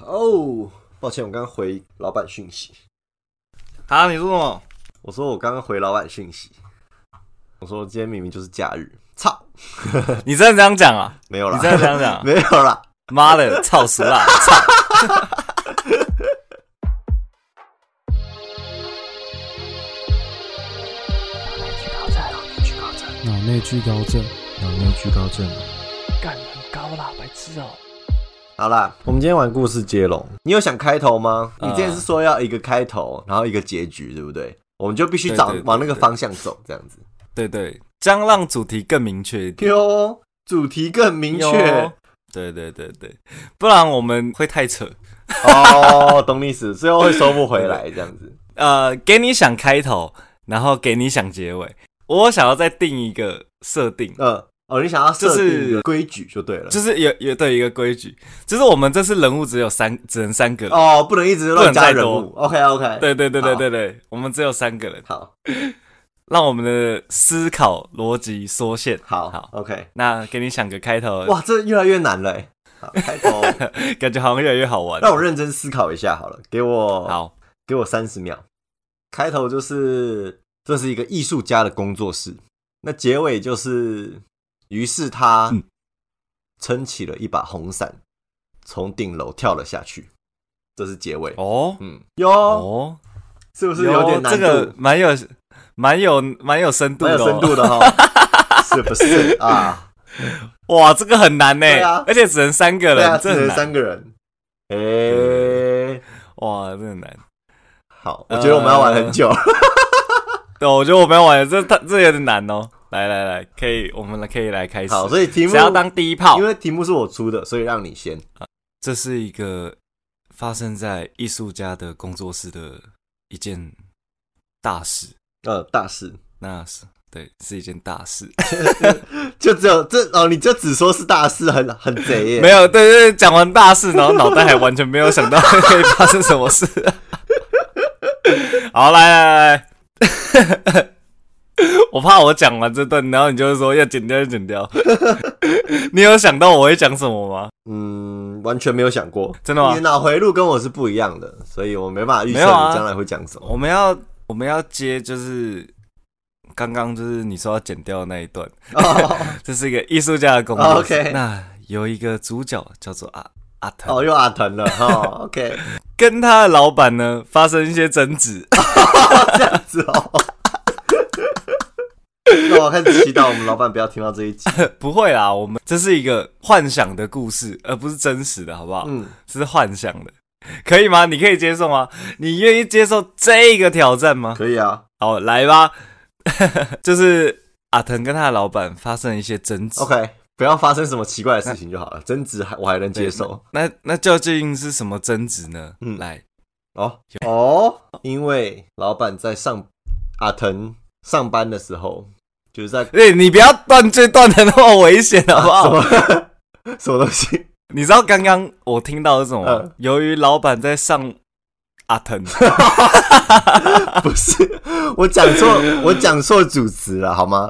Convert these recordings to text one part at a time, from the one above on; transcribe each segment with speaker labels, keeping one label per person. Speaker 1: 哦，抱歉，我刚刚回老板讯息。
Speaker 2: 啊，你说什么？
Speaker 1: 我说我刚刚回老板讯息，我说今天明明就是假日，操，
Speaker 2: 你真的这样讲啊？
Speaker 1: 没有啦，
Speaker 2: 你真的这样 讲
Speaker 1: 没有啦。
Speaker 2: 妈的，操死啦！操！
Speaker 3: 脑内聚高症，
Speaker 1: 脑内居高症。
Speaker 4: 干很高啦，白痴哦、
Speaker 1: 好啦，我们今天玩故事接龙，你有想开头吗？
Speaker 2: 啊
Speaker 1: 你之前是说要一个开头，然后一个结局，对不对？我们就必须
Speaker 2: 对
Speaker 1: 找
Speaker 2: 对对
Speaker 1: 往那个
Speaker 2: 对
Speaker 1: 方向走，这样子。
Speaker 2: 对对，这样让主题更明确一点。
Speaker 1: 哟，主题更明确
Speaker 2: 哟。对对对对，不然我们会太扯。
Speaker 1: 哦，懂你意思，最后会收不回来这样 子。
Speaker 2: 呃，给你想开头，然后给你想结尾。我想要再定一个设定，
Speaker 1: 嗯，哦，你想要设定一个
Speaker 2: 就是
Speaker 1: 规矩就对了，
Speaker 2: 就是有有对一个规矩，就是我们这次人物只有三，只能三个人。
Speaker 1: 哦，不能一直乱加人
Speaker 2: 不
Speaker 1: 物
Speaker 2: 能。
Speaker 1: OK OK，，
Speaker 2: 对对对
Speaker 1: 好
Speaker 2: 对对对，我们只有三个人，
Speaker 1: 好，
Speaker 2: 让我们的思考逻辑缩限。
Speaker 1: 好，
Speaker 2: 好，
Speaker 1: ，OK。
Speaker 2: 那给你想个开头，
Speaker 1: 哇，这越来越难了欸。 好，开头
Speaker 2: 感觉好像越来越好玩。
Speaker 1: 让我认真思考一下好了，给我，
Speaker 2: 好，
Speaker 1: 给我三十秒。开头就是这是一个艺术家的工作室，那结尾就是，于是他
Speaker 2: 嗯
Speaker 1: 撑起了一把红伞，从顶楼跳了下去。这是结尾。
Speaker 2: 哦
Speaker 1: 嗯，哟，
Speaker 2: 哦，
Speaker 1: 是不是有点难
Speaker 2: 这
Speaker 1: 度？
Speaker 2: 个蛮有蛮有蛮有深度
Speaker 1: 蛮
Speaker 2: 的、
Speaker 1: 有
Speaker 2: 哦，
Speaker 1: 深度 的哈，是不是啊？
Speaker 2: 哇，这个很难呢、
Speaker 1: 对啊
Speaker 2: 而且只能三个
Speaker 1: 对
Speaker 2: 人，
Speaker 1: 啊，只
Speaker 2: 这很
Speaker 1: 能
Speaker 2: 难
Speaker 1: 三个人。诶、
Speaker 2: 哇，这很难。
Speaker 1: 好，我觉得我们要玩很
Speaker 2: 呃
Speaker 1: 久。
Speaker 2: 对，我觉得我们要玩这它这有点难哦。来来来，可以，我们来可以来开 始。
Speaker 1: 好，所以题目
Speaker 2: 谁要当第一炮
Speaker 1: 因？为题目是我出的，所以让你先。
Speaker 2: 这是一个发生在艺术家的工作室的一件大事，
Speaker 1: 呃，大事
Speaker 2: 那是对，是一件大事。
Speaker 1: 就只有这哦，你就只说是大事，很很贼耶。
Speaker 2: 没有，对对对，讲完大事，然后脑袋还完全没有想到会发生什么事。 好，来来来， 我怕我讲完这段，然后你就是说要剪掉，要剪掉。 你有想到我会讲什么吗？
Speaker 1: 嗯，完全没有想过，
Speaker 2: 真的吗
Speaker 1: 你的脑回路跟我是不一样的，所以我没办法预测
Speaker 2: 啊没有啊
Speaker 1: 你将来会讲什 么。
Speaker 2: 我们要我们要接就是刚刚就是你说要剪掉的那一段，
Speaker 1: 哦
Speaker 2: 这是一个艺术家的工作室。
Speaker 1: 哦，OK
Speaker 2: 那有一个主角叫做阿阿腾，
Speaker 1: 哦，又阿腾了哈、哦。OK，
Speaker 2: 跟他的老板呢发生一些争执。
Speaker 1: 是哦。 那我开始祈祷我们老板不要听到这一集。
Speaker 2: 不会啦，我们这是一个幻想的故事，而不是真实的，好不好？
Speaker 1: 嗯，
Speaker 2: 这是幻想的，可以吗？你可以接受吗？你愿意接受这个挑战吗？
Speaker 1: 可以啊。
Speaker 2: 好，来吧， 就是阿腾跟他的老板发生了一些争执。
Speaker 1: OK，不要发生什么奇怪的事情就
Speaker 2: 哎
Speaker 1: 好了。争执还我还能接受。
Speaker 2: 那那究竟是什么争执呢？
Speaker 1: 嗯
Speaker 2: 来，
Speaker 1: 哦哦，因为老板在上阿腾上班的时候，就是 在
Speaker 2: 哎、你不要断罪断的那么危险，好不好？
Speaker 1: 啊什么 什么东西？
Speaker 2: 你知道刚刚我听到是什么吗？
Speaker 1: 嗯
Speaker 2: 由于老板在上阿 腾，
Speaker 1: 不是， 我讲错，我讲错主词了，好吗？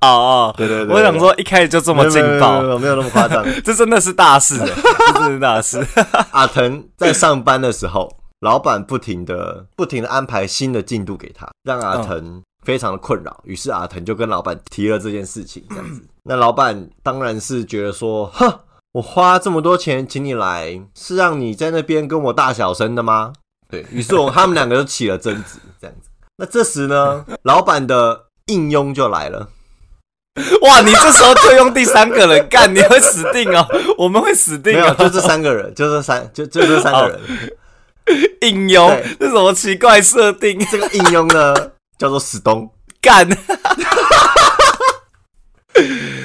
Speaker 2: 哦哦，
Speaker 1: 对对对
Speaker 2: 我想说一开始就这
Speaker 1: 这
Speaker 2: 么劲爆
Speaker 1: 没。有没有没有没有那么夸张。
Speaker 2: 这真的是大事欸，这真的是大事。
Speaker 1: 阿腾在上班的时候，老板不停的不停的安排新的进度给他，让阿腾非常的困扰。于是阿腾就跟老板提了这件事情，这样子。那老板当然是觉得说，哼，我花这么多钱请你来，是让你在那边跟我大小声的吗？对于是我，他们两个就起了争执，这样子。那这时呢，老板的应佣就来了。
Speaker 2: 哇，你这时候就用第三个人干，你会死定哦， 我们会死定
Speaker 1: 没有，
Speaker 2: 哦。
Speaker 1: 就这三个人，就这三，就就这三个人。
Speaker 2: 应用
Speaker 1: 对
Speaker 2: 这什么奇怪设定？
Speaker 1: 这个应佣呢，叫做史东。
Speaker 2: 干，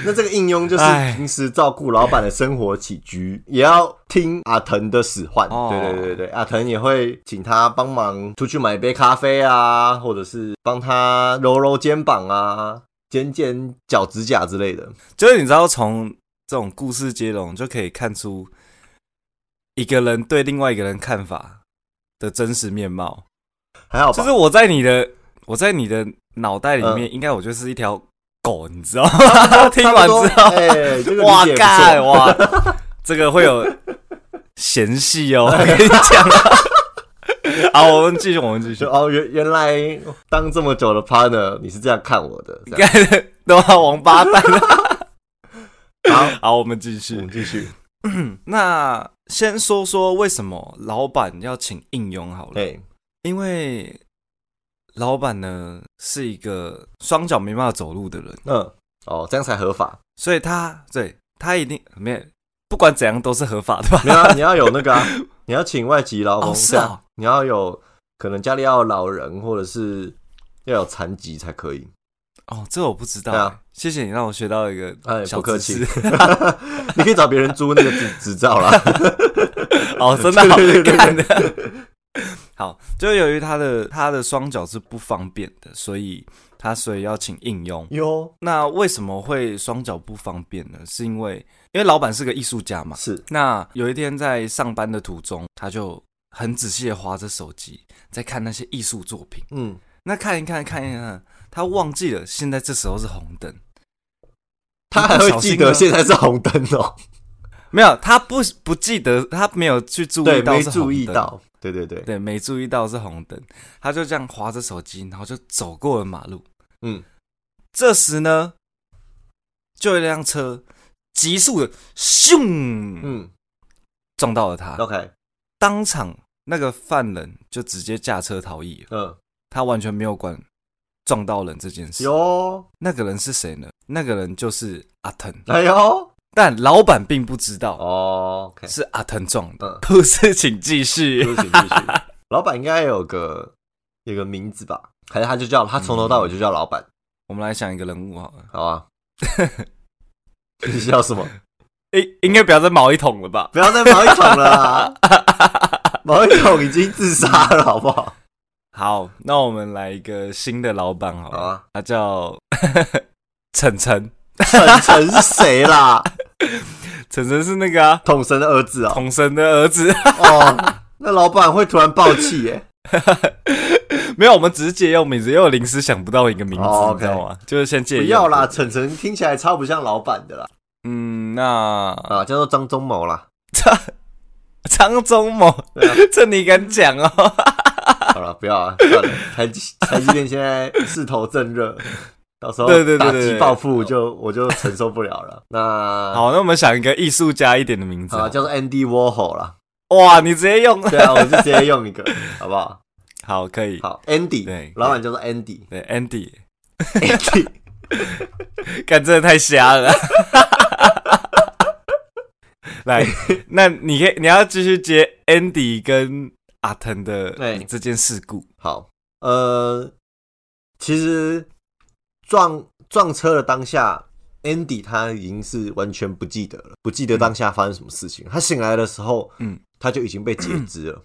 Speaker 1: 那这个应用就是
Speaker 2: 唉
Speaker 1: 平时照顾老板的生活起居，也要听阿腾的使唤。
Speaker 2: 哦
Speaker 1: 对对对对，阿腾也会请他帮忙出去买杯咖啡啊，或者是帮他揉揉肩膀啊、剪剪脚趾甲之类的。
Speaker 2: 就是你知道从这种故事接龙就可以看出一个人对另外一个人看法的真实面貌。
Speaker 1: 还好吧？
Speaker 2: 就是我在你的我在你的脑袋里面，应该我就是一条狗，你知道吗？听
Speaker 1: 差
Speaker 2: 完
Speaker 1: 不多
Speaker 2: 之后，
Speaker 1: 哎、这个理
Speaker 2: 哇
Speaker 1: 解不错
Speaker 2: 干哇，这个会有嫌隙哦，我跟你讲。 好，我们继续，我们继续
Speaker 1: 就。哦，原原来当这么久的 partner，你是这样看我的。这 样
Speaker 2: 干都要王八蛋了。
Speaker 1: 好，
Speaker 2: 好，我们继
Speaker 1: 我们嗯
Speaker 2: 续。
Speaker 1: 继续。
Speaker 2: 那先说说为什么老板要请应用好了，
Speaker 1: 对，
Speaker 2: 因为老板呢是一个双脚没办法走路的人，
Speaker 1: 嗯，哦，这样才合法。
Speaker 2: 所以他对他一定没有，不管怎样都是合法的吧？
Speaker 1: 没有、啊，你要有那个、啊， 你要请外籍劳工
Speaker 2: 哦是
Speaker 1: 这样
Speaker 2: 哦
Speaker 1: 你要有可能家里要有老人，或者是要有残疾才可以。
Speaker 2: 哦，这我不知道、
Speaker 1: 对啊
Speaker 2: 谢谢你让我学到一个
Speaker 1: 哎，
Speaker 2: 小
Speaker 1: 不
Speaker 2: 知
Speaker 1: 客气
Speaker 2: 识。，
Speaker 1: 你可以找别人租那个执执照 啦。
Speaker 2: 哦，真的好
Speaker 1: 对对对对
Speaker 2: 看的。 好，就由于他的他的双脚是不方便的，所以他所以要请应用。
Speaker 1: 哟，
Speaker 2: 那为什么会双脚不方便呢？是因为因为老板是个艺术家嘛。
Speaker 1: 是
Speaker 2: 那有一天在上班的途中，他就很仔细的划着手机，在看那些艺术作品。
Speaker 1: 嗯，
Speaker 2: 那看一看，看一看，他忘记了现在这时候是红灯。
Speaker 1: 他还会记得现在是红灯哦，
Speaker 2: 没有，他不不记得，他没有去注
Speaker 1: 对，
Speaker 2: 意到
Speaker 1: 没
Speaker 2: 是红
Speaker 1: 注意
Speaker 2: 灯
Speaker 1: 到，对对对，
Speaker 2: 对，没注意到是红灯，他就这样划着手机，然后就走过了马路。
Speaker 1: 嗯，
Speaker 2: 这时呢，就有一辆车急速的咻，
Speaker 1: 嗯
Speaker 2: 撞到了他，
Speaker 1: ，OK，
Speaker 2: 当场那个犯人就直接驾车逃逸了，
Speaker 1: 嗯，
Speaker 2: 他完全没有管撞到人这件事。
Speaker 1: 哟，
Speaker 2: 那个人是谁呢？那个人就是阿腾，
Speaker 1: 哎呦，
Speaker 2: 但老板并不知道
Speaker 1: 哦，OK，
Speaker 2: 是阿腾撞的。
Speaker 1: 嗯，
Speaker 2: 故事请继续。
Speaker 1: 对不起，对不起，老板应该有个有个名字吧？还是他就叫他从头到尾就叫老板，
Speaker 2: 我们来想一个人物好了，
Speaker 1: 好啊？你笑什么？
Speaker 2: 应应该不要再毛一桶了吧？
Speaker 1: 不要再毛一桶了 啦，毛一桶已经自杀了，好不好？
Speaker 2: 好，那我们来一个新的老板好了，
Speaker 1: 好啊
Speaker 2: 他叫 晨晨，
Speaker 1: 陈晨是谁啦？
Speaker 2: 晨晨是那个啊，
Speaker 1: 统神的儿子哦，
Speaker 2: 童神的儿子。
Speaker 1: 哦，那老板会突然爆气耶？
Speaker 2: 没有，我们只是借用名字，因为我临时想不到一个名字，
Speaker 1: 哦
Speaker 2: 你
Speaker 1: OK
Speaker 2: 知道吗？就是先借
Speaker 1: 不
Speaker 2: 用。
Speaker 1: 要啦，晨晨听起来超不像老板的啦，
Speaker 2: 嗯，那
Speaker 1: 啊，叫做张忠谋啦。
Speaker 2: 张张忠谋
Speaker 1: 对啊，
Speaker 2: 这你敢讲哦？
Speaker 1: 好了，不要啊，算了。台积 台积电现在势头正热，到时候
Speaker 2: 对对对
Speaker 1: 打
Speaker 2: 对
Speaker 1: 击
Speaker 2: 对
Speaker 1: 报复就我就承受不了了。那
Speaker 2: 好，那我们想一个艺术家一点的名字
Speaker 1: 好。啊，叫做 Andy Warhol 啦。
Speaker 2: 哇，你直接用
Speaker 1: 对啊，我就直接用一个，好不好？
Speaker 2: 好，可以。
Speaker 1: 好，Andy，
Speaker 2: 对
Speaker 1: 老板叫做 Andy，Andy
Speaker 2: 对，Andy，干真的太瞎 了。 来，那你可以你要继续接 Andy 跟阿腾的
Speaker 1: 对
Speaker 2: 这件事故。
Speaker 1: 好，呃，其实撞撞车的当下，Andy 他已经是完全不记得了，不记得当下发生什么事情。他醒来的时候，
Speaker 2: 嗯，
Speaker 1: 他就已经被截肢了，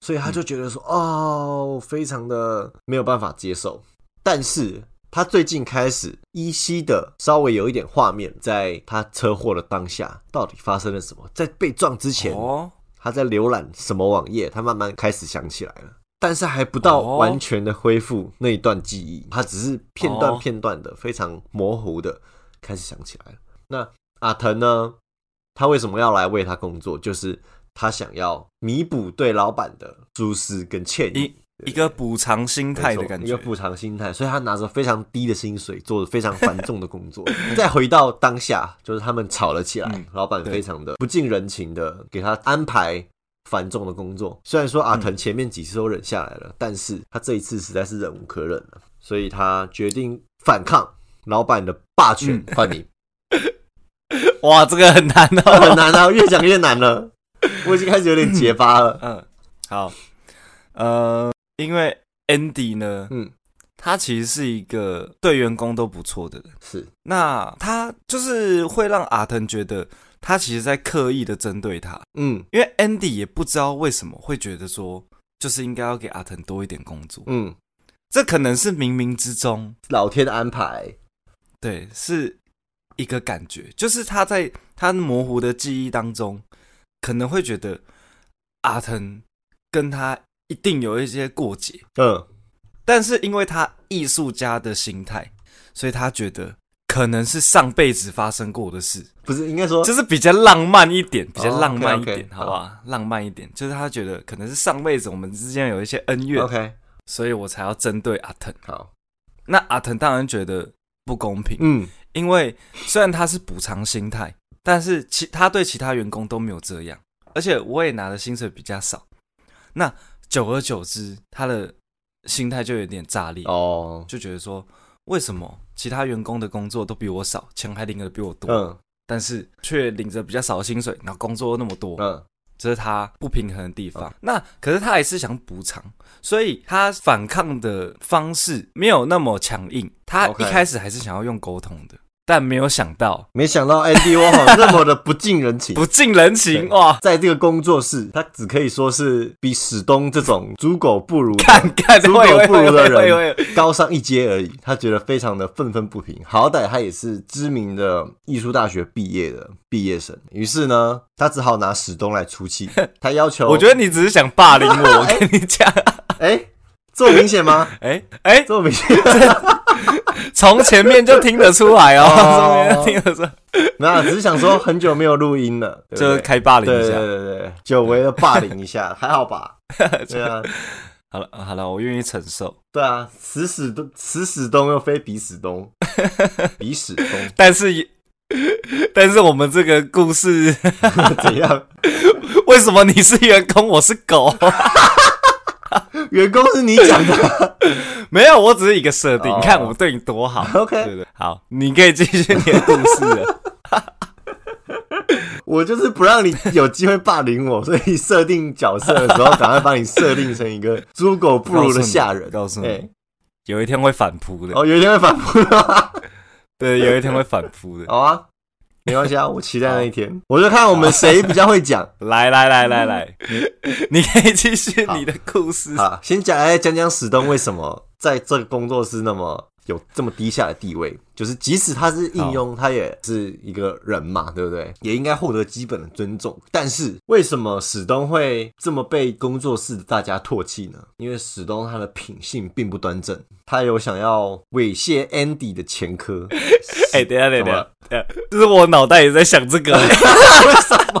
Speaker 1: 所以他就觉得说，哦，非常的没有办法接受。但是他最近开始依稀的稍微有一点画面，在他车祸的当下，到底发生了什么？在被撞之前，
Speaker 2: 哦，
Speaker 1: 他在浏览什么网页，他慢慢开始想起来了，但是还不到
Speaker 2: 哦
Speaker 1: 完全的恢复那一段记忆，他只是片段
Speaker 2: 哦
Speaker 1: 片段的、非常模糊的开始想起来了。那阿腾呢？他为什么要来为他工作？就是他想要弥补对老板的疏失跟歉意
Speaker 2: 一。一个补偿心态的
Speaker 1: 没错
Speaker 2: 感
Speaker 1: 一个
Speaker 2: 觉。
Speaker 1: 补偿心态，所以他拿着非常低的薪水，做着非常繁重的工作。 再回到当下，就是他们吵了起来，
Speaker 2: 嗯
Speaker 1: 老板
Speaker 2: 对
Speaker 1: 非常的不近人情的给他安排繁重的工作。虽然说
Speaker 2: 嗯
Speaker 1: 阿腾前面几次都忍下来了，但是他这一次实在是忍无可忍了，所以他决定反抗老板的霸权。
Speaker 2: 嗯
Speaker 1: 换你，
Speaker 2: 哇，这个很难
Speaker 1: 很
Speaker 2: 哦。
Speaker 1: 难啊，越讲越难了，我已经开始有点结巴了。
Speaker 2: 嗯，好，呃，因为 Andy 呢，
Speaker 1: 嗯，
Speaker 2: 他其实是一个对员工都不错的人。
Speaker 1: 是，
Speaker 2: 那他就是会让阿腾觉得他其实在刻意的针对他，
Speaker 1: 嗯
Speaker 2: 因为 Andy 也不知道为什么会觉得说，就是应该要给阿腾多一点工作，
Speaker 1: 嗯，
Speaker 2: 这可能是冥冥之中，
Speaker 1: 老天的安排，
Speaker 2: 对，是一个感觉，就是他在他模糊的记忆当中，可能会觉得阿腾跟他一定有一些过节，
Speaker 1: 嗯，
Speaker 2: 但是因为他艺术家的心态，所以他觉得可能是上辈子发生过的事，
Speaker 1: 不是应该说
Speaker 2: 就是比较浪漫一点，比较
Speaker 1: 哦
Speaker 2: 浪漫一
Speaker 1: OK，OK，
Speaker 2: 点，好不好？浪漫一点，就是他觉得可能是上辈子我们之间有一些恩怨
Speaker 1: OK
Speaker 2: 所以我才要针对阿腾。
Speaker 1: 好，
Speaker 2: 那阿腾当然觉得不公平，
Speaker 1: 嗯，
Speaker 2: 因为虽然他是补偿心态，但是其他对其他员工都没有这样，而且我也拿的薪水比较少，那久而久之，他的心态就有点炸裂，
Speaker 1: 哦，
Speaker 2: 就觉得说为什么其他员工的工作都比我少，钱还领的比我多，
Speaker 1: 嗯
Speaker 2: 但是却领着比较少的薪水，然后工作又那么多，
Speaker 1: 嗯，
Speaker 2: 这是他不平衡的地方。那可是他还是想补偿，所以他反抗的方式没有那么强硬。他
Speaker 1: OK
Speaker 2: 一开始还是想要用沟通的，但没有想到
Speaker 1: 没想到 Andy Warhol 那么的不近人情。
Speaker 2: 不近人情
Speaker 1: 对
Speaker 2: 哇！
Speaker 1: 在这个工作室，他只可以说是比史东这种猪狗不如的
Speaker 2: 看看
Speaker 1: 猪狗
Speaker 2: 会
Speaker 1: 不如的
Speaker 2: 会会
Speaker 1: 人
Speaker 2: 会会
Speaker 1: 高上一阶而已。他觉得非常的愤愤不平，好歹他也是知名的艺术大学毕业的毕业生，于是呢，他只好拿史东来出 气。他要求，
Speaker 2: 我觉得你只是想霸凌 我，我跟你讲，
Speaker 1: 哎、这么明显吗？
Speaker 2: 哎 哎，
Speaker 1: 这么明显？
Speaker 2: 从前面就听得出来哦，
Speaker 1: 哦
Speaker 2: 从前面就听得出来，
Speaker 1: 没有啊，只是想说很久没有录音了，对不
Speaker 2: 就
Speaker 1: 对
Speaker 2: 是开霸凌一
Speaker 1: 对对
Speaker 2: 下。
Speaker 1: 对对，久违的霸凌一 下，还好吧？对啊，
Speaker 2: 好了好了，我愿意承受，
Speaker 1: 对啊，此始东，此始东又非彼始 东，彼始东
Speaker 2: 但是 也但是我们这个故事。
Speaker 1: 怎样？
Speaker 2: 为什么你是员工，我是 狗？
Speaker 1: 员工是你讲的，
Speaker 2: 没有，我只是一个设定。
Speaker 1: 哦
Speaker 2: 你看我对你多好
Speaker 1: OK
Speaker 2: 对不对？好，你可以继续你的故事了。
Speaker 1: 我就是不让你有机会霸凌我，所以设定角色的时候，赶快把你设定成一个猪狗不如的下人。
Speaker 2: 告诉你，
Speaker 1: 哎
Speaker 2: 有一天会反扑的。
Speaker 1: 哦，有一天会反扑的吗，
Speaker 2: 对，有一天会反扑的。
Speaker 1: 好啊，没关系啊，我期待那一天，我就看我们谁比较会讲。
Speaker 2: 来来来 来来，你可以继续你的故事。
Speaker 1: 好，先讲来讲讲史东为什么在这个工作室那么有这么低下的地位，就是即使他是应用，他也是一个人嘛，对不对？也应该获得基本的尊重。但是为什么史东会这么被工作室的大家唾弃呢？因为史东他的品性并不端正，他有想要猥亵 Andy 的前科。
Speaker 2: 哎，等一下等一下
Speaker 1: 怎么了
Speaker 2: 等一下，就是我脑袋也在想这 个。为什么？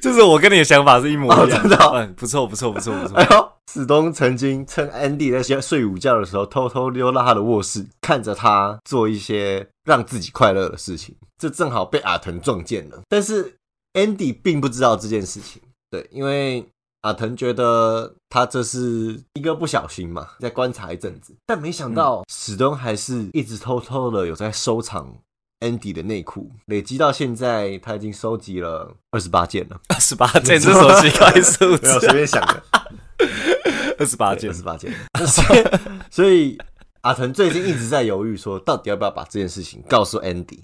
Speaker 2: 就是我跟你的想法是一模一样。
Speaker 1: 哦真的哦
Speaker 2: 嗯，不错不错不错不错
Speaker 1: 哎。呦，史东曾经趁 Andy 在睡午觉的时候，偷偷溜到他的卧室，看着他做一些让自己快乐的事情。这正好被阿腾撞见了，但是 Andy 并不知道这件事情。对，因为阿腾觉得他这是一个不小心嘛，再观察一阵子，但没想到史东还是一直偷偷的有在收藏 Andy 的内裤，累积到现在，他已经收集了二十八件了，
Speaker 2: 二十八件，这是什么奇怪数
Speaker 1: 没有
Speaker 2: 字
Speaker 1: 随？便想的。
Speaker 2: 二十八
Speaker 1: 对
Speaker 2: 件
Speaker 1: 二，十八件。 所以所以阿腾最近一直在犹豫，说到底要不要把这件事情告诉 Andy，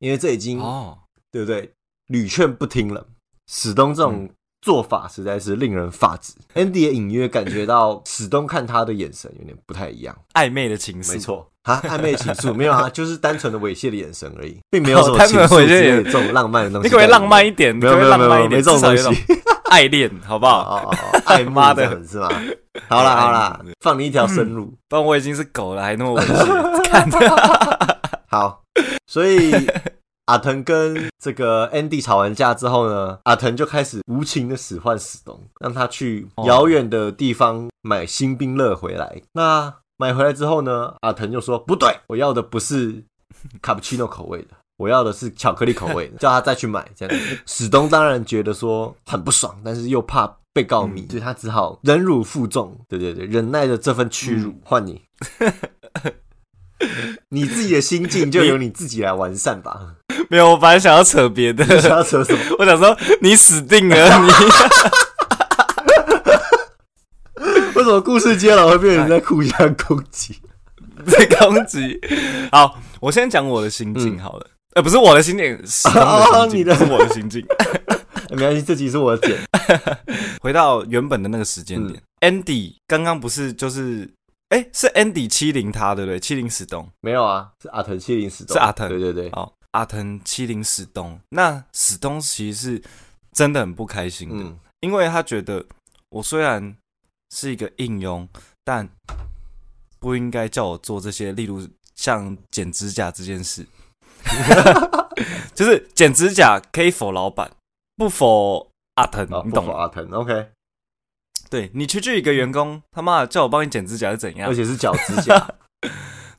Speaker 1: 因为这已经、
Speaker 2: 哦，
Speaker 1: 对不对屡劝不听了。史东这
Speaker 2: 嗯
Speaker 1: 种做法实在是令人发指。Andy 也隐约感觉到史东看他的眼神有点不太一样。
Speaker 2: 暧昧的情愫，
Speaker 1: 没，错，他暧昧情愫没有啊， 就是单纯的猥亵的眼神而已，并没有什么
Speaker 2: 哦
Speaker 1: 情愫
Speaker 2: 单纯
Speaker 1: 之
Speaker 2: 的猥亵
Speaker 1: 类的
Speaker 2: 眼
Speaker 1: 这种浪漫的东西
Speaker 2: 你
Speaker 1: 在
Speaker 2: 可不
Speaker 1: 里面。
Speaker 2: 可以浪漫一点？你
Speaker 1: 没
Speaker 2: 可
Speaker 1: 有
Speaker 2: 不
Speaker 1: 没
Speaker 2: 可以
Speaker 1: 有
Speaker 2: 浪
Speaker 1: 没
Speaker 2: 漫
Speaker 1: 有
Speaker 2: 一
Speaker 1: 没
Speaker 2: 点？
Speaker 1: 这种
Speaker 2: 至少
Speaker 1: 东
Speaker 2: 有一种
Speaker 1: 西。
Speaker 2: 爱恋，好不好？
Speaker 1: 哦哦哦， 爱慕
Speaker 2: 妈
Speaker 1: 这
Speaker 2: 的
Speaker 1: 样 是吗？好啦好啦，放你一条生路。
Speaker 2: 不然我已经是狗了，还那么猥亵，看
Speaker 1: 好，所以阿腾跟这个 Andy 吵完架之后呢，阿腾就开始无情的使唤史东，让他去遥远的地方买新冰乐回来。那买回来之后呢，阿腾就说：“不对，我要的不是卡布奇诺口味的。”我要的是巧克力口味的，叫他再去买。这样，史东当然觉得说很不爽，但是又怕被告密，所以他只好忍辱负重。对对对，忍耐着这份屈辱。换你，你自己的心境就由你自己来完善吧。
Speaker 2: 没有，我本来想要扯别的，
Speaker 1: 想要扯什么？
Speaker 2: 我想说你死定了，你
Speaker 1: 为什么故事接了会变成在互相攻 击？
Speaker 2: 被攻击。好，我先讲我的心境好了。呃，不是我的心境，是
Speaker 1: 哦
Speaker 2: 他
Speaker 1: 你的
Speaker 2: 们的心境，不是我的心境。
Speaker 1: 没关系，这集是我的剪。
Speaker 2: 回到原本的那个时间点，Andy 刚刚不是就是，哎，是 Andy 欺凌他，对不对？欺凌史东。
Speaker 1: 没有啊，是阿腾七零十
Speaker 2: 是阿腾
Speaker 1: 对对对，
Speaker 2: 哦，阿腾欺凌史东，那史东其实是真的很不开心的，
Speaker 1: 嗯，
Speaker 2: 因为他觉得我虽然是一个应佣，但不应该叫我做这些，例如像剪指甲这件事， 就是剪指甲可以否老板，不否阿腾，
Speaker 1: 啊，不
Speaker 2: 你嗯懂
Speaker 1: 否
Speaker 2: 吗？
Speaker 1: 阿腾，OK，
Speaker 2: 对你去去一个员工，他妈的叫我帮你剪指甲是怎样
Speaker 1: 而？且是脚指 甲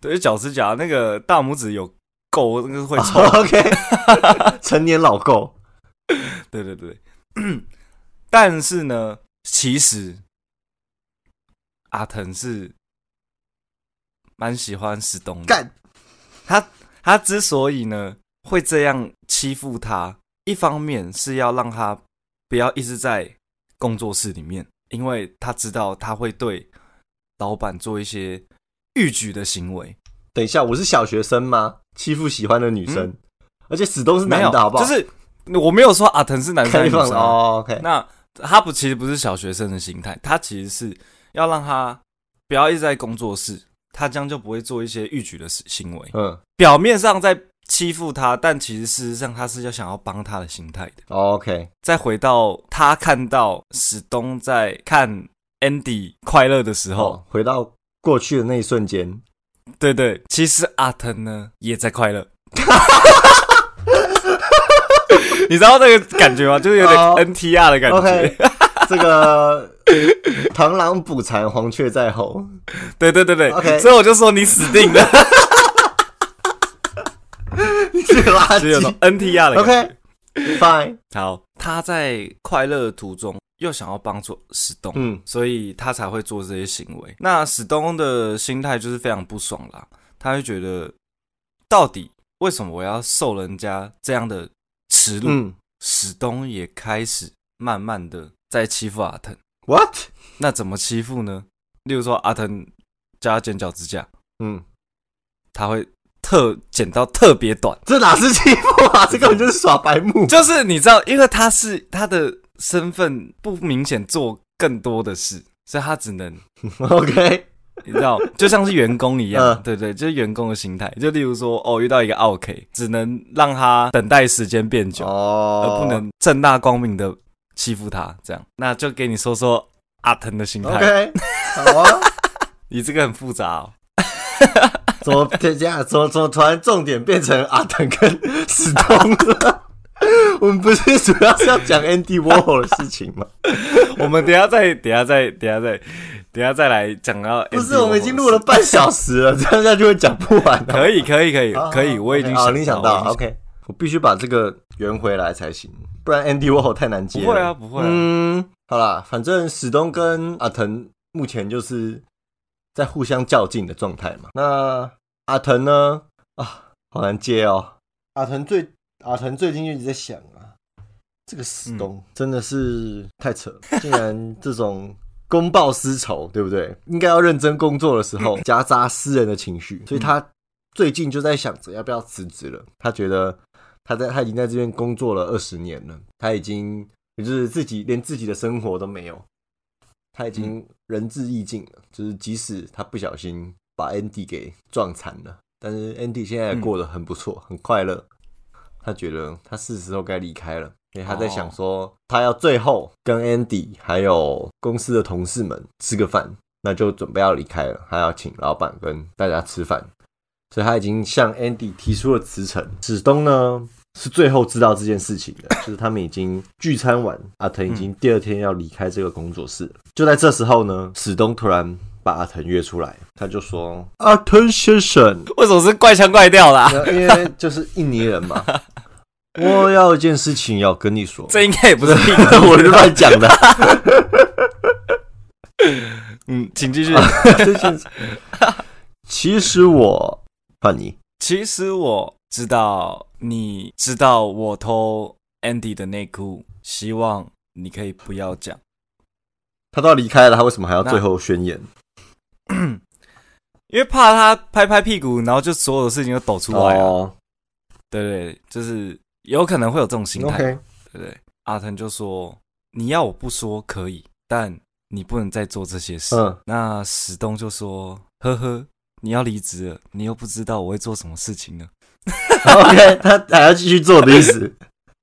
Speaker 2: 对，脚指甲那个大拇指有垢，那个会臭。
Speaker 1: 哦，OK，成 年老狗，
Speaker 2: 嗯对对 对，但是呢，其实阿腾是蛮喜欢史东的。
Speaker 1: 干，
Speaker 2: 他之所以呢会这样欺负他，一方面是要让他不要一直在工作室里面，因为他知道他会对老板做一些逾矩的行为。
Speaker 1: 等一下，我是小学生吗？欺负喜欢的女生，而且死都是
Speaker 2: 嗯没
Speaker 1: 男
Speaker 2: 有，
Speaker 1: 的，好不好？
Speaker 2: 就是我没有说阿腾是男生还
Speaker 1: 开
Speaker 2: 是女
Speaker 1: 放
Speaker 2: 生啊
Speaker 1: 哦，OK，
Speaker 2: 那他不其实不是小学生的心态，他其实是要让他不要一直在工作室，他这样就不会做一些逾矩的事行为。
Speaker 1: 嗯
Speaker 2: 表面上在欺负他，但其实事实上他是要想要帮他的心态的。
Speaker 1: 哦，OK，
Speaker 2: 再回到他看到史东在看 Andy 快乐的时候，
Speaker 1: 好，回到过去的那一瞬间，
Speaker 2: 对对，其实阿腾呢也在快乐。 你知道那个感觉吗？就是有点
Speaker 1: 哦
Speaker 2: NTR 的感觉。
Speaker 1: OK，这 个螳螂捕蝉，黄雀在后。
Speaker 2: 对对对对
Speaker 1: OK
Speaker 2: 所以我就说你死定了，
Speaker 1: 这个垃
Speaker 2: 只有
Speaker 1: 圾。
Speaker 2: NTR 的感觉。
Speaker 1: OK fine，
Speaker 2: 好，他在快乐的途中又想要帮助史东，
Speaker 1: 嗯，
Speaker 2: 所以他才会做这些行为。那史东的心态就是非常不爽啦，他会觉得到底为什么我要受人家这样的耻辱？
Speaker 1: 嗯
Speaker 2: 史东也开始慢慢的在欺负阿腾。
Speaker 1: ，What？
Speaker 2: 那怎么欺负呢？例如说阿腾叫他剪脚指甲，
Speaker 1: 嗯，
Speaker 2: 他会特剪到特别短。
Speaker 1: 这哪是欺负 啊？这根本就是耍白目。
Speaker 2: 就是你知道，因为他是他的身份不明显，做更多的事，所以他只能
Speaker 1: OK，
Speaker 2: 你知道， 就像是员工一样，
Speaker 1: 嗯
Speaker 2: 对对，就是员工的心态。就例如说，哦，遇到一个 OK，只能让他等待时间变久，
Speaker 1: 哦
Speaker 2: 而呃不能正大光明的欺负他。这样，那就给你说说阿腾的心态。
Speaker 1: OK，好啊。
Speaker 2: 你这个很复杂、哦，
Speaker 1: 怎么这样？怎么怎么突然重点变成阿腾跟史 东了？我们不是主要是要讲 Andy Warhol 的事情吗？
Speaker 2: 我们等一下再等一下再等一下再等一下再来讲到 Andy Warhol 的
Speaker 1: 不
Speaker 2: 事。
Speaker 1: 是，我们已经录了半小时了，这样下去会讲不完的。
Speaker 2: 可以可以可以
Speaker 1: 好，
Speaker 2: 可以，我已经
Speaker 1: 好你想
Speaker 2: 到
Speaker 1: 到
Speaker 2: 了
Speaker 1: 了 OK，我必须把这个圆回来才行，不然 Andy Warhol 太难接
Speaker 2: 不
Speaker 1: 了。
Speaker 2: 会啊，不会啊。
Speaker 1: 嗯，好啦，反正史东跟阿腾目前就是在互相较劲的状态嘛。那阿腾呢？啊，好难接哦。阿腾最阿腾最近就一直在想啊，这个史东、真的是太扯了，竟然这种。公报私仇，对不对？应该要认真工作的时候，夹杂私人的情绪，所以他最近就在想着要不要辞职了。他觉得他在他已经在这边工作了二十年了，他已经就是自己连自己的生活都没有，他已经仁至义尽了。就是即使他不小心把 Andy 给撞残了，但是 Andy 现在过得很不错，很快乐。他觉得他是时候该离开了，所以他在想说，他要最后跟 Andy 还有公司的同事们吃个饭，那就准备要离开了，他要请老板跟大家吃饭。所以他已经向 Andy 提出了辞呈。史东呢是最后知道这件事情的，就是他们已经聚餐完，阿腾已经第二天要离开这个工作室了。就在这时候呢，史东突然把阿腾约出来，他就说：“阿腾先生，
Speaker 2: 为什么是怪腔怪调啦、
Speaker 1: 因为就是印尼人 嘛，我要有一件事情要跟你说。”，
Speaker 2: 这应该也不是病
Speaker 1: 我是乱讲 的，
Speaker 2: 嗯，请 继续。
Speaker 1: 这件事其实我换你，
Speaker 2: 其实我知道，你知道我偷 Andy 的内裤，希望你可以不要讲，
Speaker 1: 他都要离开了，他为什么还要
Speaker 2: 那
Speaker 1: 最后宣言？
Speaker 2: 因为怕他拍拍屁股，然后就所有的事情都抖出来啊。
Speaker 1: 哦
Speaker 2: 对对，对就是有可能会有这种心态，
Speaker 1: ，OK，
Speaker 2: 对不对？阿腾就说：“你要我不说可以，但你不能再做这些事。
Speaker 1: 嗯，
Speaker 2: 那史东就说：“呵呵，你要离职了，你又不知道我会做什么事情呢。”啊
Speaker 1: OK，他还要继续做的意思。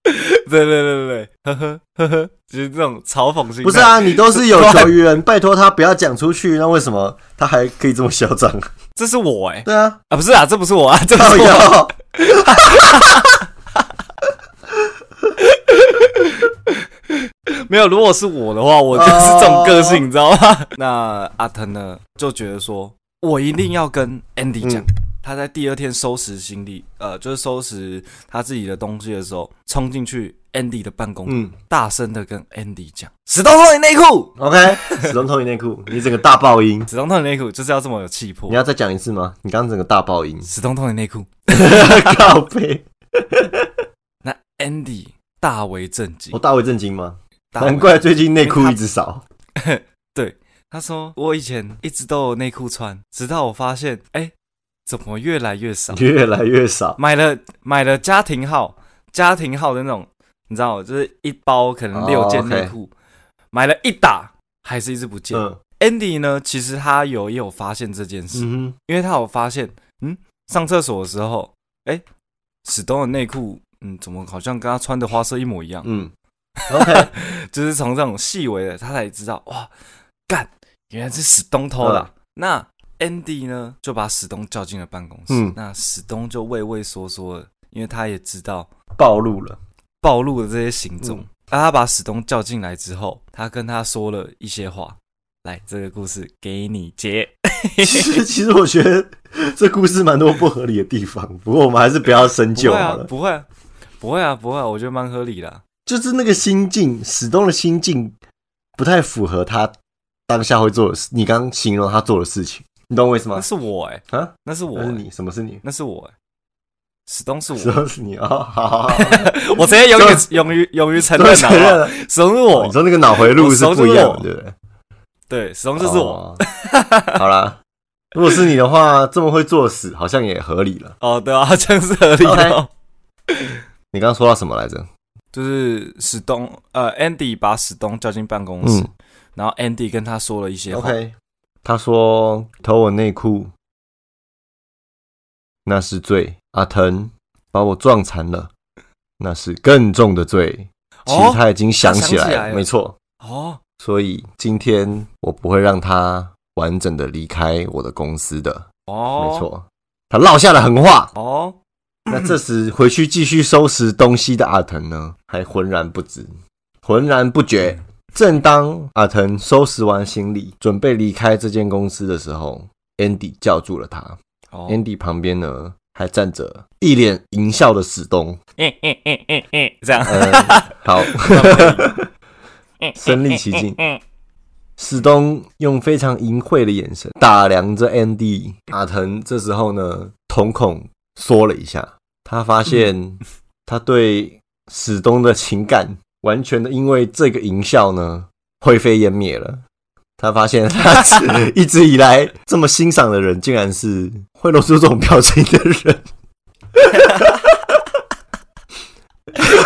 Speaker 2: 对对对对，呵呵呵呵，就是这种嘲讽性。
Speaker 1: 不是，啊，你都是有求于人，拜托他不要讲出去，那为什么他还可以这么嚣张？
Speaker 2: 这是我哎、
Speaker 1: 对啊，
Speaker 2: 啊，不是啊，这不是我啊，这 不
Speaker 1: 靠
Speaker 2: 是我，
Speaker 1: 腰，
Speaker 2: 没有。如果是我的话，我就是这种个性，你知道吗？ 那阿腾呢，就觉得说我一定要跟 Andy
Speaker 1: 嗯
Speaker 2: 讲。他在第二天收拾行李，呃，就是收拾他自己的东西的时候，冲进去 Andy 的办公室，
Speaker 1: 嗯
Speaker 2: 大声的跟 Andy 讲：“史东偷你内裤，
Speaker 1: ，OK，始终偷你内裤，你整个大爆音，
Speaker 2: 史东偷你内裤，就是要这么有气魄，
Speaker 1: 你。要再讲一次吗？你刚刚整个大爆音
Speaker 2: 史东偷你内裤。
Speaker 1: 靠背，”
Speaker 2: 那 Andy 大为震惊
Speaker 1: 我，大为震惊吗？
Speaker 2: 大为
Speaker 1: 难怪 最近内裤一直少，
Speaker 2: 他说：“我以前一直都有内裤穿，直到我发现，哎、怎么越来越少？
Speaker 1: 越来越少。
Speaker 2: 买了买了家庭号，家庭号的那种，你知道，就是一包可能六件
Speaker 1: 哦，OK
Speaker 2: 内裤买了一打，还是一直不见。
Speaker 1: 嗯
Speaker 2: Andy 呢，其实他有也有发现这件事，
Speaker 1: 嗯
Speaker 2: 因为他有发现，嗯，上厕所的时候，哎、史东的内裤，嗯，怎么好像跟他穿的花色一模一样
Speaker 1: 哼？嗯，OK，
Speaker 2: 就是从这种细微的，他才知道哇，干，原来是史东偷的啊、
Speaker 1: 嗯
Speaker 2: 那 Andy 呢，就把史东叫进了办公室。
Speaker 1: 嗯
Speaker 2: 那史东就畏畏缩缩的，因为他也知道
Speaker 1: 暴露了。
Speaker 2: 暴露了这些行踪。
Speaker 1: 嗯
Speaker 2: 那他把史东叫进来之后，他跟他说了一些话。来，这个故事给你 接。
Speaker 1: 其实，其实我觉得这故事蛮多不合理的地方，不过我们还是不要深
Speaker 2: 不
Speaker 1: 究
Speaker 2: 会
Speaker 1: 好
Speaker 2: 啊
Speaker 1: 了，。
Speaker 2: 不会啊，不会啊，不会啊，我觉得蛮合理的啊、
Speaker 1: 就是那个心境，史东的心境不太符合他当下会做的事。你刚刚形容他做的事情，你懂我意思
Speaker 2: 那
Speaker 1: 吗？
Speaker 2: 是我哎、
Speaker 1: 啊，
Speaker 2: 那是我
Speaker 1: 那
Speaker 2: 欸、
Speaker 1: 是你，什么是你？
Speaker 2: 那是我欸、史东是
Speaker 1: 史
Speaker 2: 我，
Speaker 1: 东是你哦，好 好好，
Speaker 2: 我直接勇于
Speaker 1: 就
Speaker 2: 勇于勇于承
Speaker 1: 都
Speaker 2: 认
Speaker 1: 承
Speaker 2: 好不好
Speaker 1: 认了。
Speaker 2: 始终是
Speaker 1: 哦
Speaker 2: 我
Speaker 1: 你，说那个脑回路是不一样
Speaker 2: 啊
Speaker 1: 的，
Speaker 2: 我
Speaker 1: 对不对？
Speaker 2: 对，始终就是我。
Speaker 1: 哦。好啦，如果是你的话，这么会作死，好像也合理了。
Speaker 2: 哦，对啊，这样是合理的哦。
Speaker 1: 你刚刚说到什么来着？
Speaker 2: 就是史东，呃，Andy 把史东叫进办公室，
Speaker 1: 嗯
Speaker 2: 然后 Andy 跟他说了一些话。
Speaker 1: ，OK，他说偷我内裤那是罪，阿腾把我撞残了那是更重的罪。其实
Speaker 2: 哦
Speaker 1: 他已经想起
Speaker 2: 他想
Speaker 1: 来
Speaker 2: 起
Speaker 1: 了，
Speaker 2: 来了
Speaker 1: 没错。
Speaker 2: 哦，
Speaker 1: 所以今天我不会让他完整的离开我的公司的，
Speaker 2: 哦，
Speaker 1: 没，错。他落下了狠话。
Speaker 2: 哦，
Speaker 1: 那这时回去继续收拾东西的阿腾呢，还浑然不知，浑然不
Speaker 2: 嗯
Speaker 1: 觉。正当阿腾收拾完行李，准备离开这间公司的时候，Andy 叫住了他。
Speaker 2: 哦，
Speaker 1: Andy 旁边呢，还站着一脸淫笑的史 东。
Speaker 2: 嗯嗯嗯嗯嗯，这样，
Speaker 1: 嗯，好，身临其境。史东用非常淫秽的眼神打量着 Andy。阿腾这时候呢，瞳孔缩了一下，他发现他对史东的情感完全的因为这个淫笑呢灰飞烟灭了。他发现他一直以来这么欣赏的人，竟然是会露出这种表情的人。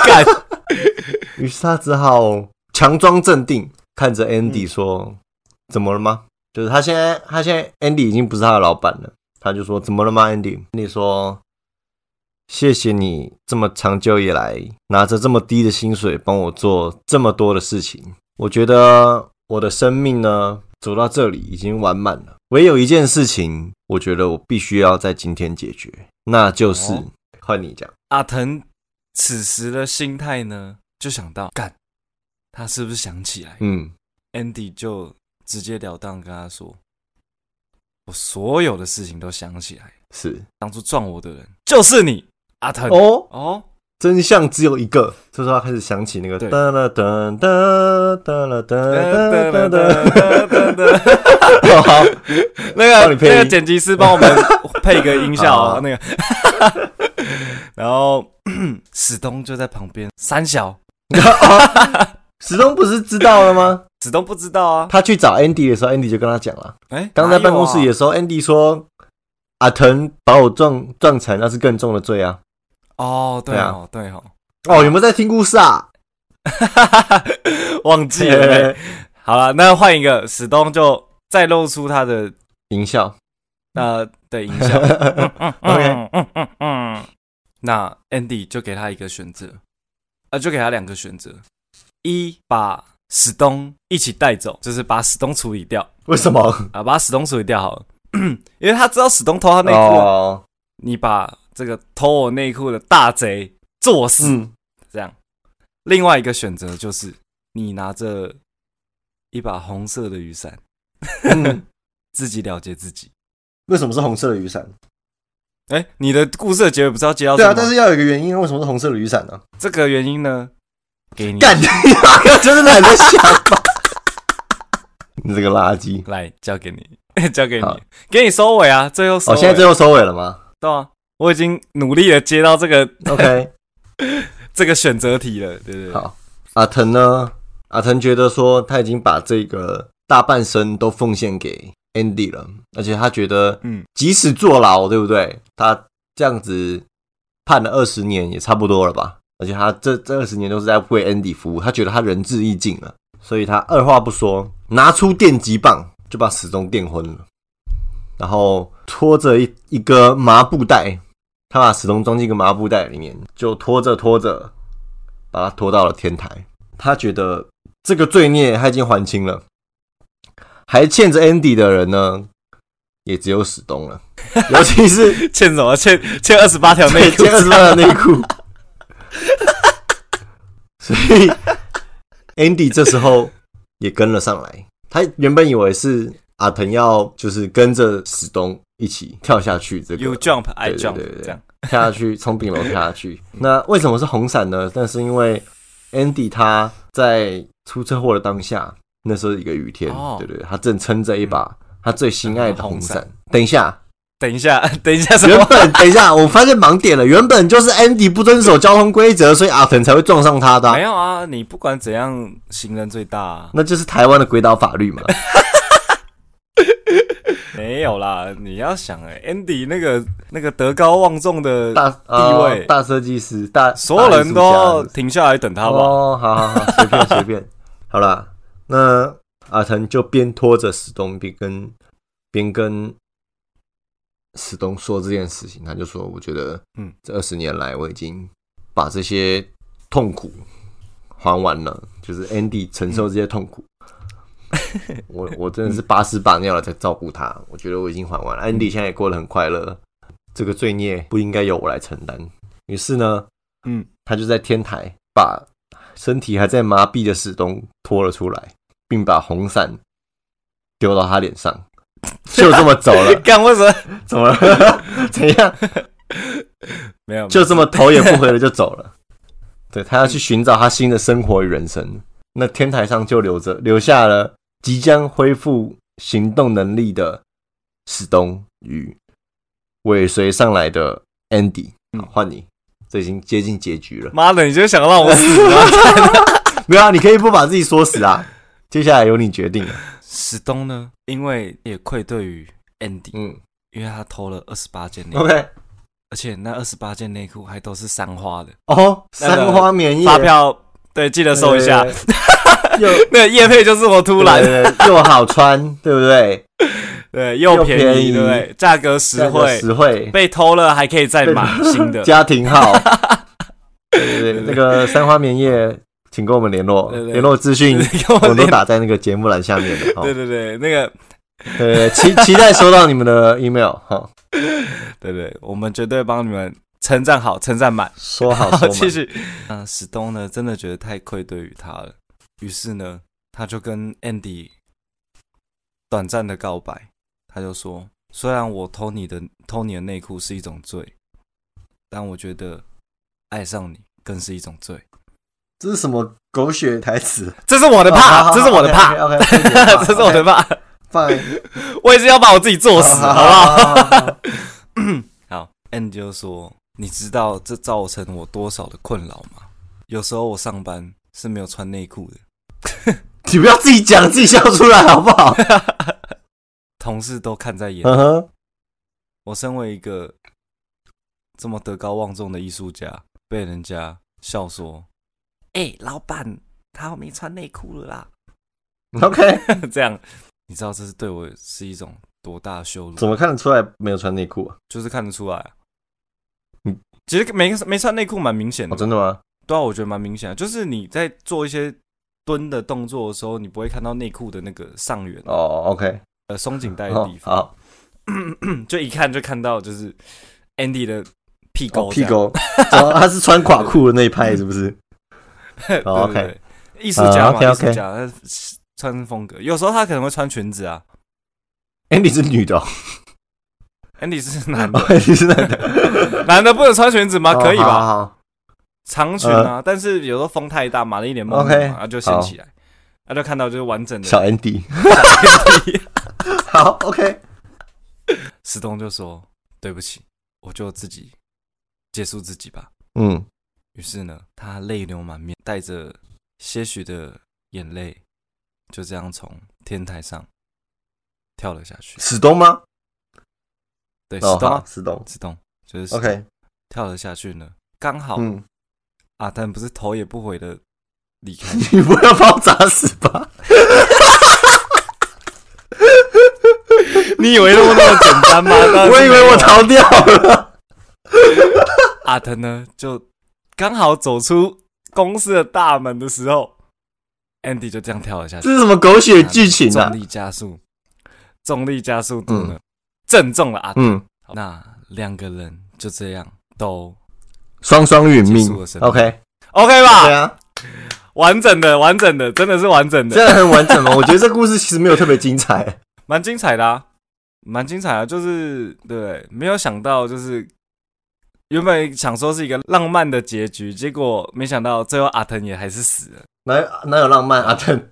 Speaker 2: 干，
Speaker 1: 于是他只好强装镇定，看着
Speaker 2: 嗯
Speaker 1: Andy 说：“怎么了吗？”就是他现在，他现在 Andy 已经不是他的老板了，他就说：“怎么了吗，Andy？”Andy 说：“谢谢你这么长久以来拿着这么低的薪水帮我做这么多的事情，我觉得我的生命呢走到这里已经完满了。唯有一件事情，我觉得我必须要在今天解决，那就是、
Speaker 2: 哦
Speaker 1: 换你讲，
Speaker 2: 阿腾此时的心态呢，就想到干，他是不是想起来、
Speaker 1: 嗯，
Speaker 2: a n d y 就直截了当跟他说，我所有的事情都想起来了，
Speaker 1: 是
Speaker 2: 当初撞我的人就是你，阿腾。
Speaker 1: 哦。”
Speaker 2: 哦
Speaker 1: 真相只有一个，这时候他开始想起那个
Speaker 2: 对
Speaker 1: 哒啦哒哒哒啦哒哒哒哒
Speaker 2: 那
Speaker 1: 哒， 好，帮
Speaker 2: 个
Speaker 1: 你配音
Speaker 2: 那个剪辑师帮我们配一个音效啊，那个。然后史东就在旁边三小，
Speaker 1: 史东不是知道了吗？
Speaker 2: 史东不知道啊。
Speaker 1: 他去找 Andy 的时候，Andy 就跟他讲了。
Speaker 2: 哎，
Speaker 1: 刚在办公室
Speaker 2: 哪有
Speaker 1: 的时候，Andy 说：“阿腾把我撞撞残，那是更重的罪啊
Speaker 2: 啊哦，对
Speaker 1: 对啊
Speaker 2: 哦，对哦，！”
Speaker 1: 哦，有没有在听故事啊？
Speaker 2: 忘 记了。对好了，那换一个，史东就再露出他的
Speaker 1: 淫 笑
Speaker 2: 呃的影 响。
Speaker 1: OK
Speaker 2: 嗯嗯嗯嗯。那 Andy 就给他一个选择，啊，就给他两个选择：一把史东一起带走，就是把史东处理掉
Speaker 1: 为什么？
Speaker 2: 啊，把史东处理掉好了， 因为他知道史东偷他内裤啊，
Speaker 1: 哦，
Speaker 2: 你把这个偷我内裤的大贼作死，
Speaker 1: 嗯，
Speaker 2: 这样。另外一个选择就是你拿着一把红色的雨伞，
Speaker 1: 嗯
Speaker 2: 自己了结自己。
Speaker 1: 为什么是红色的雨伞？
Speaker 2: 哎、你的故事的结尾不是要接到
Speaker 1: 对啊，
Speaker 2: 这个
Speaker 1: 但
Speaker 2: 吗
Speaker 1: 是要有一个原因，为什么是红色的雨伞呢？
Speaker 2: 这个原因呢，给你
Speaker 1: 干你妈！真的懒得想吧。 你这个垃圾！
Speaker 2: 来交给你， 交给
Speaker 1: 好
Speaker 2: 你，给你收尾啊！最后收
Speaker 1: 哦，
Speaker 2: 尾，
Speaker 1: 现在最后收尾了吗
Speaker 2: 对啊，我已经努力的接到这个
Speaker 1: ？OK，
Speaker 2: 这个选择题了，对对对，
Speaker 1: 好。阿腾呢？阿腾觉得说他已经把这个大半生都奉献给 Andy 了，而且他觉得，
Speaker 2: 嗯，
Speaker 1: 即使坐牢，对不对？他这样子判了二十年也差不多了吧？而且他这这二十年都是在为 Andy 服务，他觉得他仁至义尽了，所以他二话不说，拿出电击棒就把史东电昏了，然后拖着一一个麻布袋，他把史东装进一个麻布袋里面，就拖着拖着，把他拖到了天台。他觉得这个罪孽他已经还清了，还欠着 Andy 的人呢，也只有史东了，尤其是
Speaker 2: 欠什么？欠欠二十八条内
Speaker 1: 对，
Speaker 2: 裤
Speaker 1: 接，二十万的内裤。所以 Andy 这时候也跟了上来，他原本以为是阿腾要就是跟着史东一起跳下去，这
Speaker 2: You
Speaker 1: 个
Speaker 2: jump, I
Speaker 1: 对对
Speaker 2: jump，
Speaker 1: 对对对
Speaker 2: 这样。
Speaker 1: 跳下去从顶楼跳下去。那为什么是红伞呢？那是因为 Andy 他在出车祸的当下，那时候一个雨天，
Speaker 2: 哦嗯
Speaker 1: 对对对，他正撑着一把他最心爱的
Speaker 2: 红
Speaker 1: 红
Speaker 2: 伞
Speaker 1: 伞。等一下，
Speaker 2: 等一下， 等一下，什
Speaker 1: 原
Speaker 2: 么？
Speaker 1: 本 等一下，我发现盲点了。原本就是 Andy 不遵守交通规则，所以阿腾才会撞上他的啊、
Speaker 2: 没有啊，你不管怎样，行人最大、啊。
Speaker 1: 那就是台湾的鬼岛法律嘛。
Speaker 2: 没有啦，你要想哎、a n d y 那个那个德高望重的，
Speaker 1: 大
Speaker 2: 地位
Speaker 1: 呃大设计师，大
Speaker 2: 所有人都
Speaker 1: 大艺
Speaker 2: 要
Speaker 1: 术家
Speaker 2: 停下来等他吧。
Speaker 1: 哦，好好好，随便随便。好啦，那阿腾就边拖着史东，边跟边跟史东说这件事情。他就说：“我觉得，
Speaker 2: 嗯
Speaker 1: 嗯，这二十年来，我已经把这些痛苦还完了，就是 Andy 承受这些痛苦。我我真的是把屎把尿了在照顾他，我觉得我已经还完了。Andy 现在也过得很快乐，这个罪孽不应该由我来承担。于是呢，
Speaker 2: 嗯，。
Speaker 1: 他就在天台把身体还在麻痹的史东拖了出来，并把红伞丢到他脸 上，就这么走了
Speaker 2: 干为什么？
Speaker 1: 怎么了？ 怎样？
Speaker 2: 没有，
Speaker 1: 就这么头也不回的就走了。对他要去寻找他新的生活与人生。那天台上就留着留下了即将恢复行动能力的史东与尾随上来的 Andy。好，换你，这已经接近结局了。
Speaker 2: 妈的，你就想让我死啊！
Speaker 1: 没有啊，你可以不把自己说死啊。接下来由你决定了。
Speaker 2: 史东呢，因为也愧对于 Andy，
Speaker 1: 嗯
Speaker 2: 因为他偷了二十八件内裤，
Speaker 1: ，OK。
Speaker 2: 而且那二十八件内裤还都是三花的，
Speaker 1: 哦，
Speaker 2: 那个
Speaker 1: 三花棉叶
Speaker 2: 发票对，记得收一下。
Speaker 1: 对又
Speaker 2: 那个叶配就是我突然，
Speaker 1: 对对对又好穿，对不对？
Speaker 2: 对，又
Speaker 1: 又
Speaker 2: 便
Speaker 1: 便
Speaker 2: 宜，
Speaker 1: 宜
Speaker 2: 对不对？价格实惠，
Speaker 1: 实惠，
Speaker 2: 被偷了还可以再买新的。
Speaker 1: 家庭号，对对对，那个三花棉叶，请跟我们联络，
Speaker 2: 对对
Speaker 1: 联络资 讯
Speaker 2: 对跟
Speaker 1: 我们
Speaker 2: 我
Speaker 1: 都
Speaker 2: 联
Speaker 1: 打在那个节目栏下面的。哦
Speaker 2: 对对对，那个
Speaker 1: 对对对，期期待收到你们的 email 哈，
Speaker 2: 对对，我们绝对帮你们称赞好，称赞满。
Speaker 1: 说好
Speaker 2: 好，
Speaker 1: 说
Speaker 2: 继
Speaker 1: 满。
Speaker 2: 续。嗯，史东呢，真的觉得太愧对于他了，于是呢，他就跟 Andy 短暂的告白，他就说：“虽然我偷你的偷你的内裤是一种罪，但我觉得爱上你更是一种罪。
Speaker 1: 这是什么狗血台词？”
Speaker 2: 这是我的怕，这是我的怕，
Speaker 1: ，OK，这
Speaker 2: 这是我的怕，
Speaker 1: 放，
Speaker 2: 我也是要把我自己作死，好不好？
Speaker 1: 好？
Speaker 2: 好，N 就说：“你知道这造成我多少的困扰吗？有时候我上班是没有穿内裤的，
Speaker 1: 你不要自己讲，自己笑出来 好不 好？
Speaker 2: 同事都看在眼里。
Speaker 1: 嗯哼，
Speaker 2: 我身为一个这么德高望重的艺术家，被人家笑说：‘哎、老板，他没穿内裤了啦
Speaker 1: ，OK，！’
Speaker 2: 这样，你知道这是对我是一种多大的羞辱？
Speaker 1: 怎么看得出来没有穿
Speaker 2: 嗯
Speaker 1: 内裤啊？
Speaker 2: 就是看得出来啊
Speaker 1: 嗯。
Speaker 2: 其实没没穿内裤蛮明显的
Speaker 1: 哦，，真的吗？
Speaker 2: 对啊，我觉得蛮明显的，就是你在做一些蹲的动作的时候，你不会看到内裤的那个上缘、
Speaker 1: 哦，OK，啊
Speaker 2: 呃松紧带的
Speaker 1: 好
Speaker 2: 地，方，
Speaker 1: 好，
Speaker 2: 就一看就看到就是 Andy 的屁
Speaker 1: 哦
Speaker 2: 股、
Speaker 1: 屁股，哦他是穿垮裤的那一派是不 是？
Speaker 2: 对
Speaker 1: 哦
Speaker 2: 对
Speaker 1: OK
Speaker 2: 对，艺术家
Speaker 1: 啊
Speaker 2: 嘛，艺
Speaker 1: ，OK，OK
Speaker 2: 术家他是穿风格，有时候他可能会穿裙子啊。
Speaker 1: Andy 是女的哦
Speaker 2: Andy 是男的，
Speaker 1: ，Andy 是男 的，
Speaker 2: 男的不能穿裙子吗？
Speaker 1: 哦
Speaker 2: 嗯啊可以？吧？
Speaker 1: 好好
Speaker 2: 长裙啊，但是有时候风太大嘛，那一脸懵懂
Speaker 1: OK，
Speaker 2: 嘛，然后啊就掀起来，那就看到就是完整的
Speaker 1: 小 Andy，好，OK，
Speaker 2: 嗯 石东就说：“对不起，我就自己结束自己吧。
Speaker 1: 嗯，”
Speaker 2: 于是呢，他泪流满面，带着些许的眼泪，就这样从天台上跳了下去。
Speaker 1: 史东吗？
Speaker 2: 对，石
Speaker 1: 哦，
Speaker 2: 东
Speaker 1: 好，
Speaker 2: 啊，
Speaker 1: 史东
Speaker 2: 石东就是石东
Speaker 1: ，OK，
Speaker 2: 跳了下去呢，刚好
Speaker 1: 嗯，
Speaker 2: 阿丹不是头也不回的离开，
Speaker 1: 你不要把我砸死吧？
Speaker 2: 你以为那么那么简 单吗？
Speaker 1: 我以为我逃掉了，
Speaker 2: 阿腾啊呢，就刚好走出公司的大门的时候，Andy 就这样跳了下去
Speaker 1: 这。是什么狗血剧情啊
Speaker 2: 重？力加速，重力加速度呢，正中了阿腾。
Speaker 1: 嗯，
Speaker 2: 那两个人就这样都
Speaker 1: 双双殒
Speaker 2: 结
Speaker 1: 命
Speaker 2: 束了生命
Speaker 1: ，OK，
Speaker 2: OK
Speaker 1: 对
Speaker 2: 吧？
Speaker 1: 啊，
Speaker 2: 完整的，完整的，真的是完 整
Speaker 1: 这
Speaker 2: 的，
Speaker 1: 样很完整吗？哦我觉得这故事其实没有特别精 彩，
Speaker 2: 蛮精彩的啊，蛮精彩的，啊就是对不对，没有想到就是。原本想说是一个浪漫的结局，结果没想到最后阿腾也还是死了。
Speaker 1: 哪有哪有浪漫？阿腾，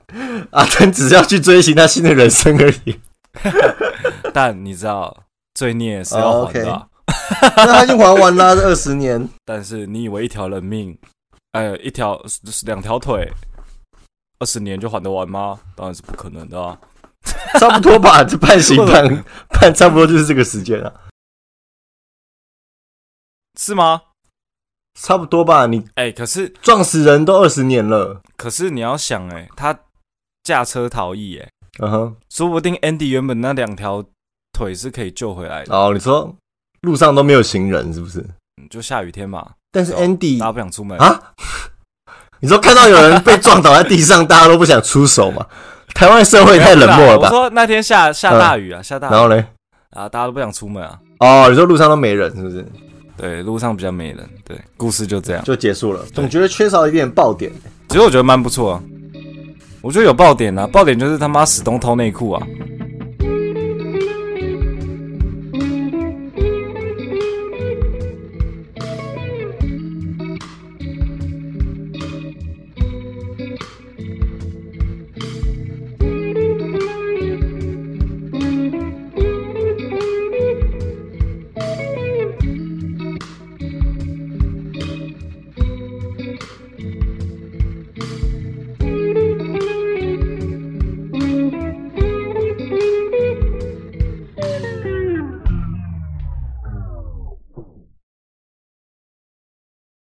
Speaker 1: 阿腾只是要去追寻他新的人生而已。
Speaker 2: 但你知道，罪孽是要还的啊、
Speaker 1: 那他已经还完了，这二十年。
Speaker 2: 但是你以为一条人命，哎、呦，一条两条腿，二十年就还得完吗？当然是不可能的啊！
Speaker 1: 差不多吧，这判 刑判判差不多就是这个时间了，啊
Speaker 2: 是吗？
Speaker 1: 差不多吧。你
Speaker 2: 哎、可是
Speaker 1: 撞死人都二十年了，
Speaker 2: 可是你要想、哎，他驾车逃逸、哎，
Speaker 1: 嗯哼。
Speaker 2: 说不定 Andy 原本那两条腿是可以救回来的。
Speaker 1: 哦，你说路上都没有行人是不是？
Speaker 2: 嗯就下雨天嘛，
Speaker 1: 但是
Speaker 2: 对哦
Speaker 1: Andy
Speaker 2: 大家不想出门，
Speaker 1: 啊， 你说看到有人被撞倒在地上，大家都不想出手嘛？台湾社会太冷漠了
Speaker 2: 啊我
Speaker 1: 吧？嗯
Speaker 2: 说那天下下大雨啊，下大雨
Speaker 1: 然后嘞，
Speaker 2: 啊，大家都不想出门啊。
Speaker 1: 哦，你说路上都没人是不是？
Speaker 2: 对，路上比较没人。对，故事就这样。
Speaker 1: 就结束了，总觉得缺少一点爆点。
Speaker 2: 其实我觉得蛮不错啊，我觉得有爆点啊，爆点就是他妈史东偷内裤啊。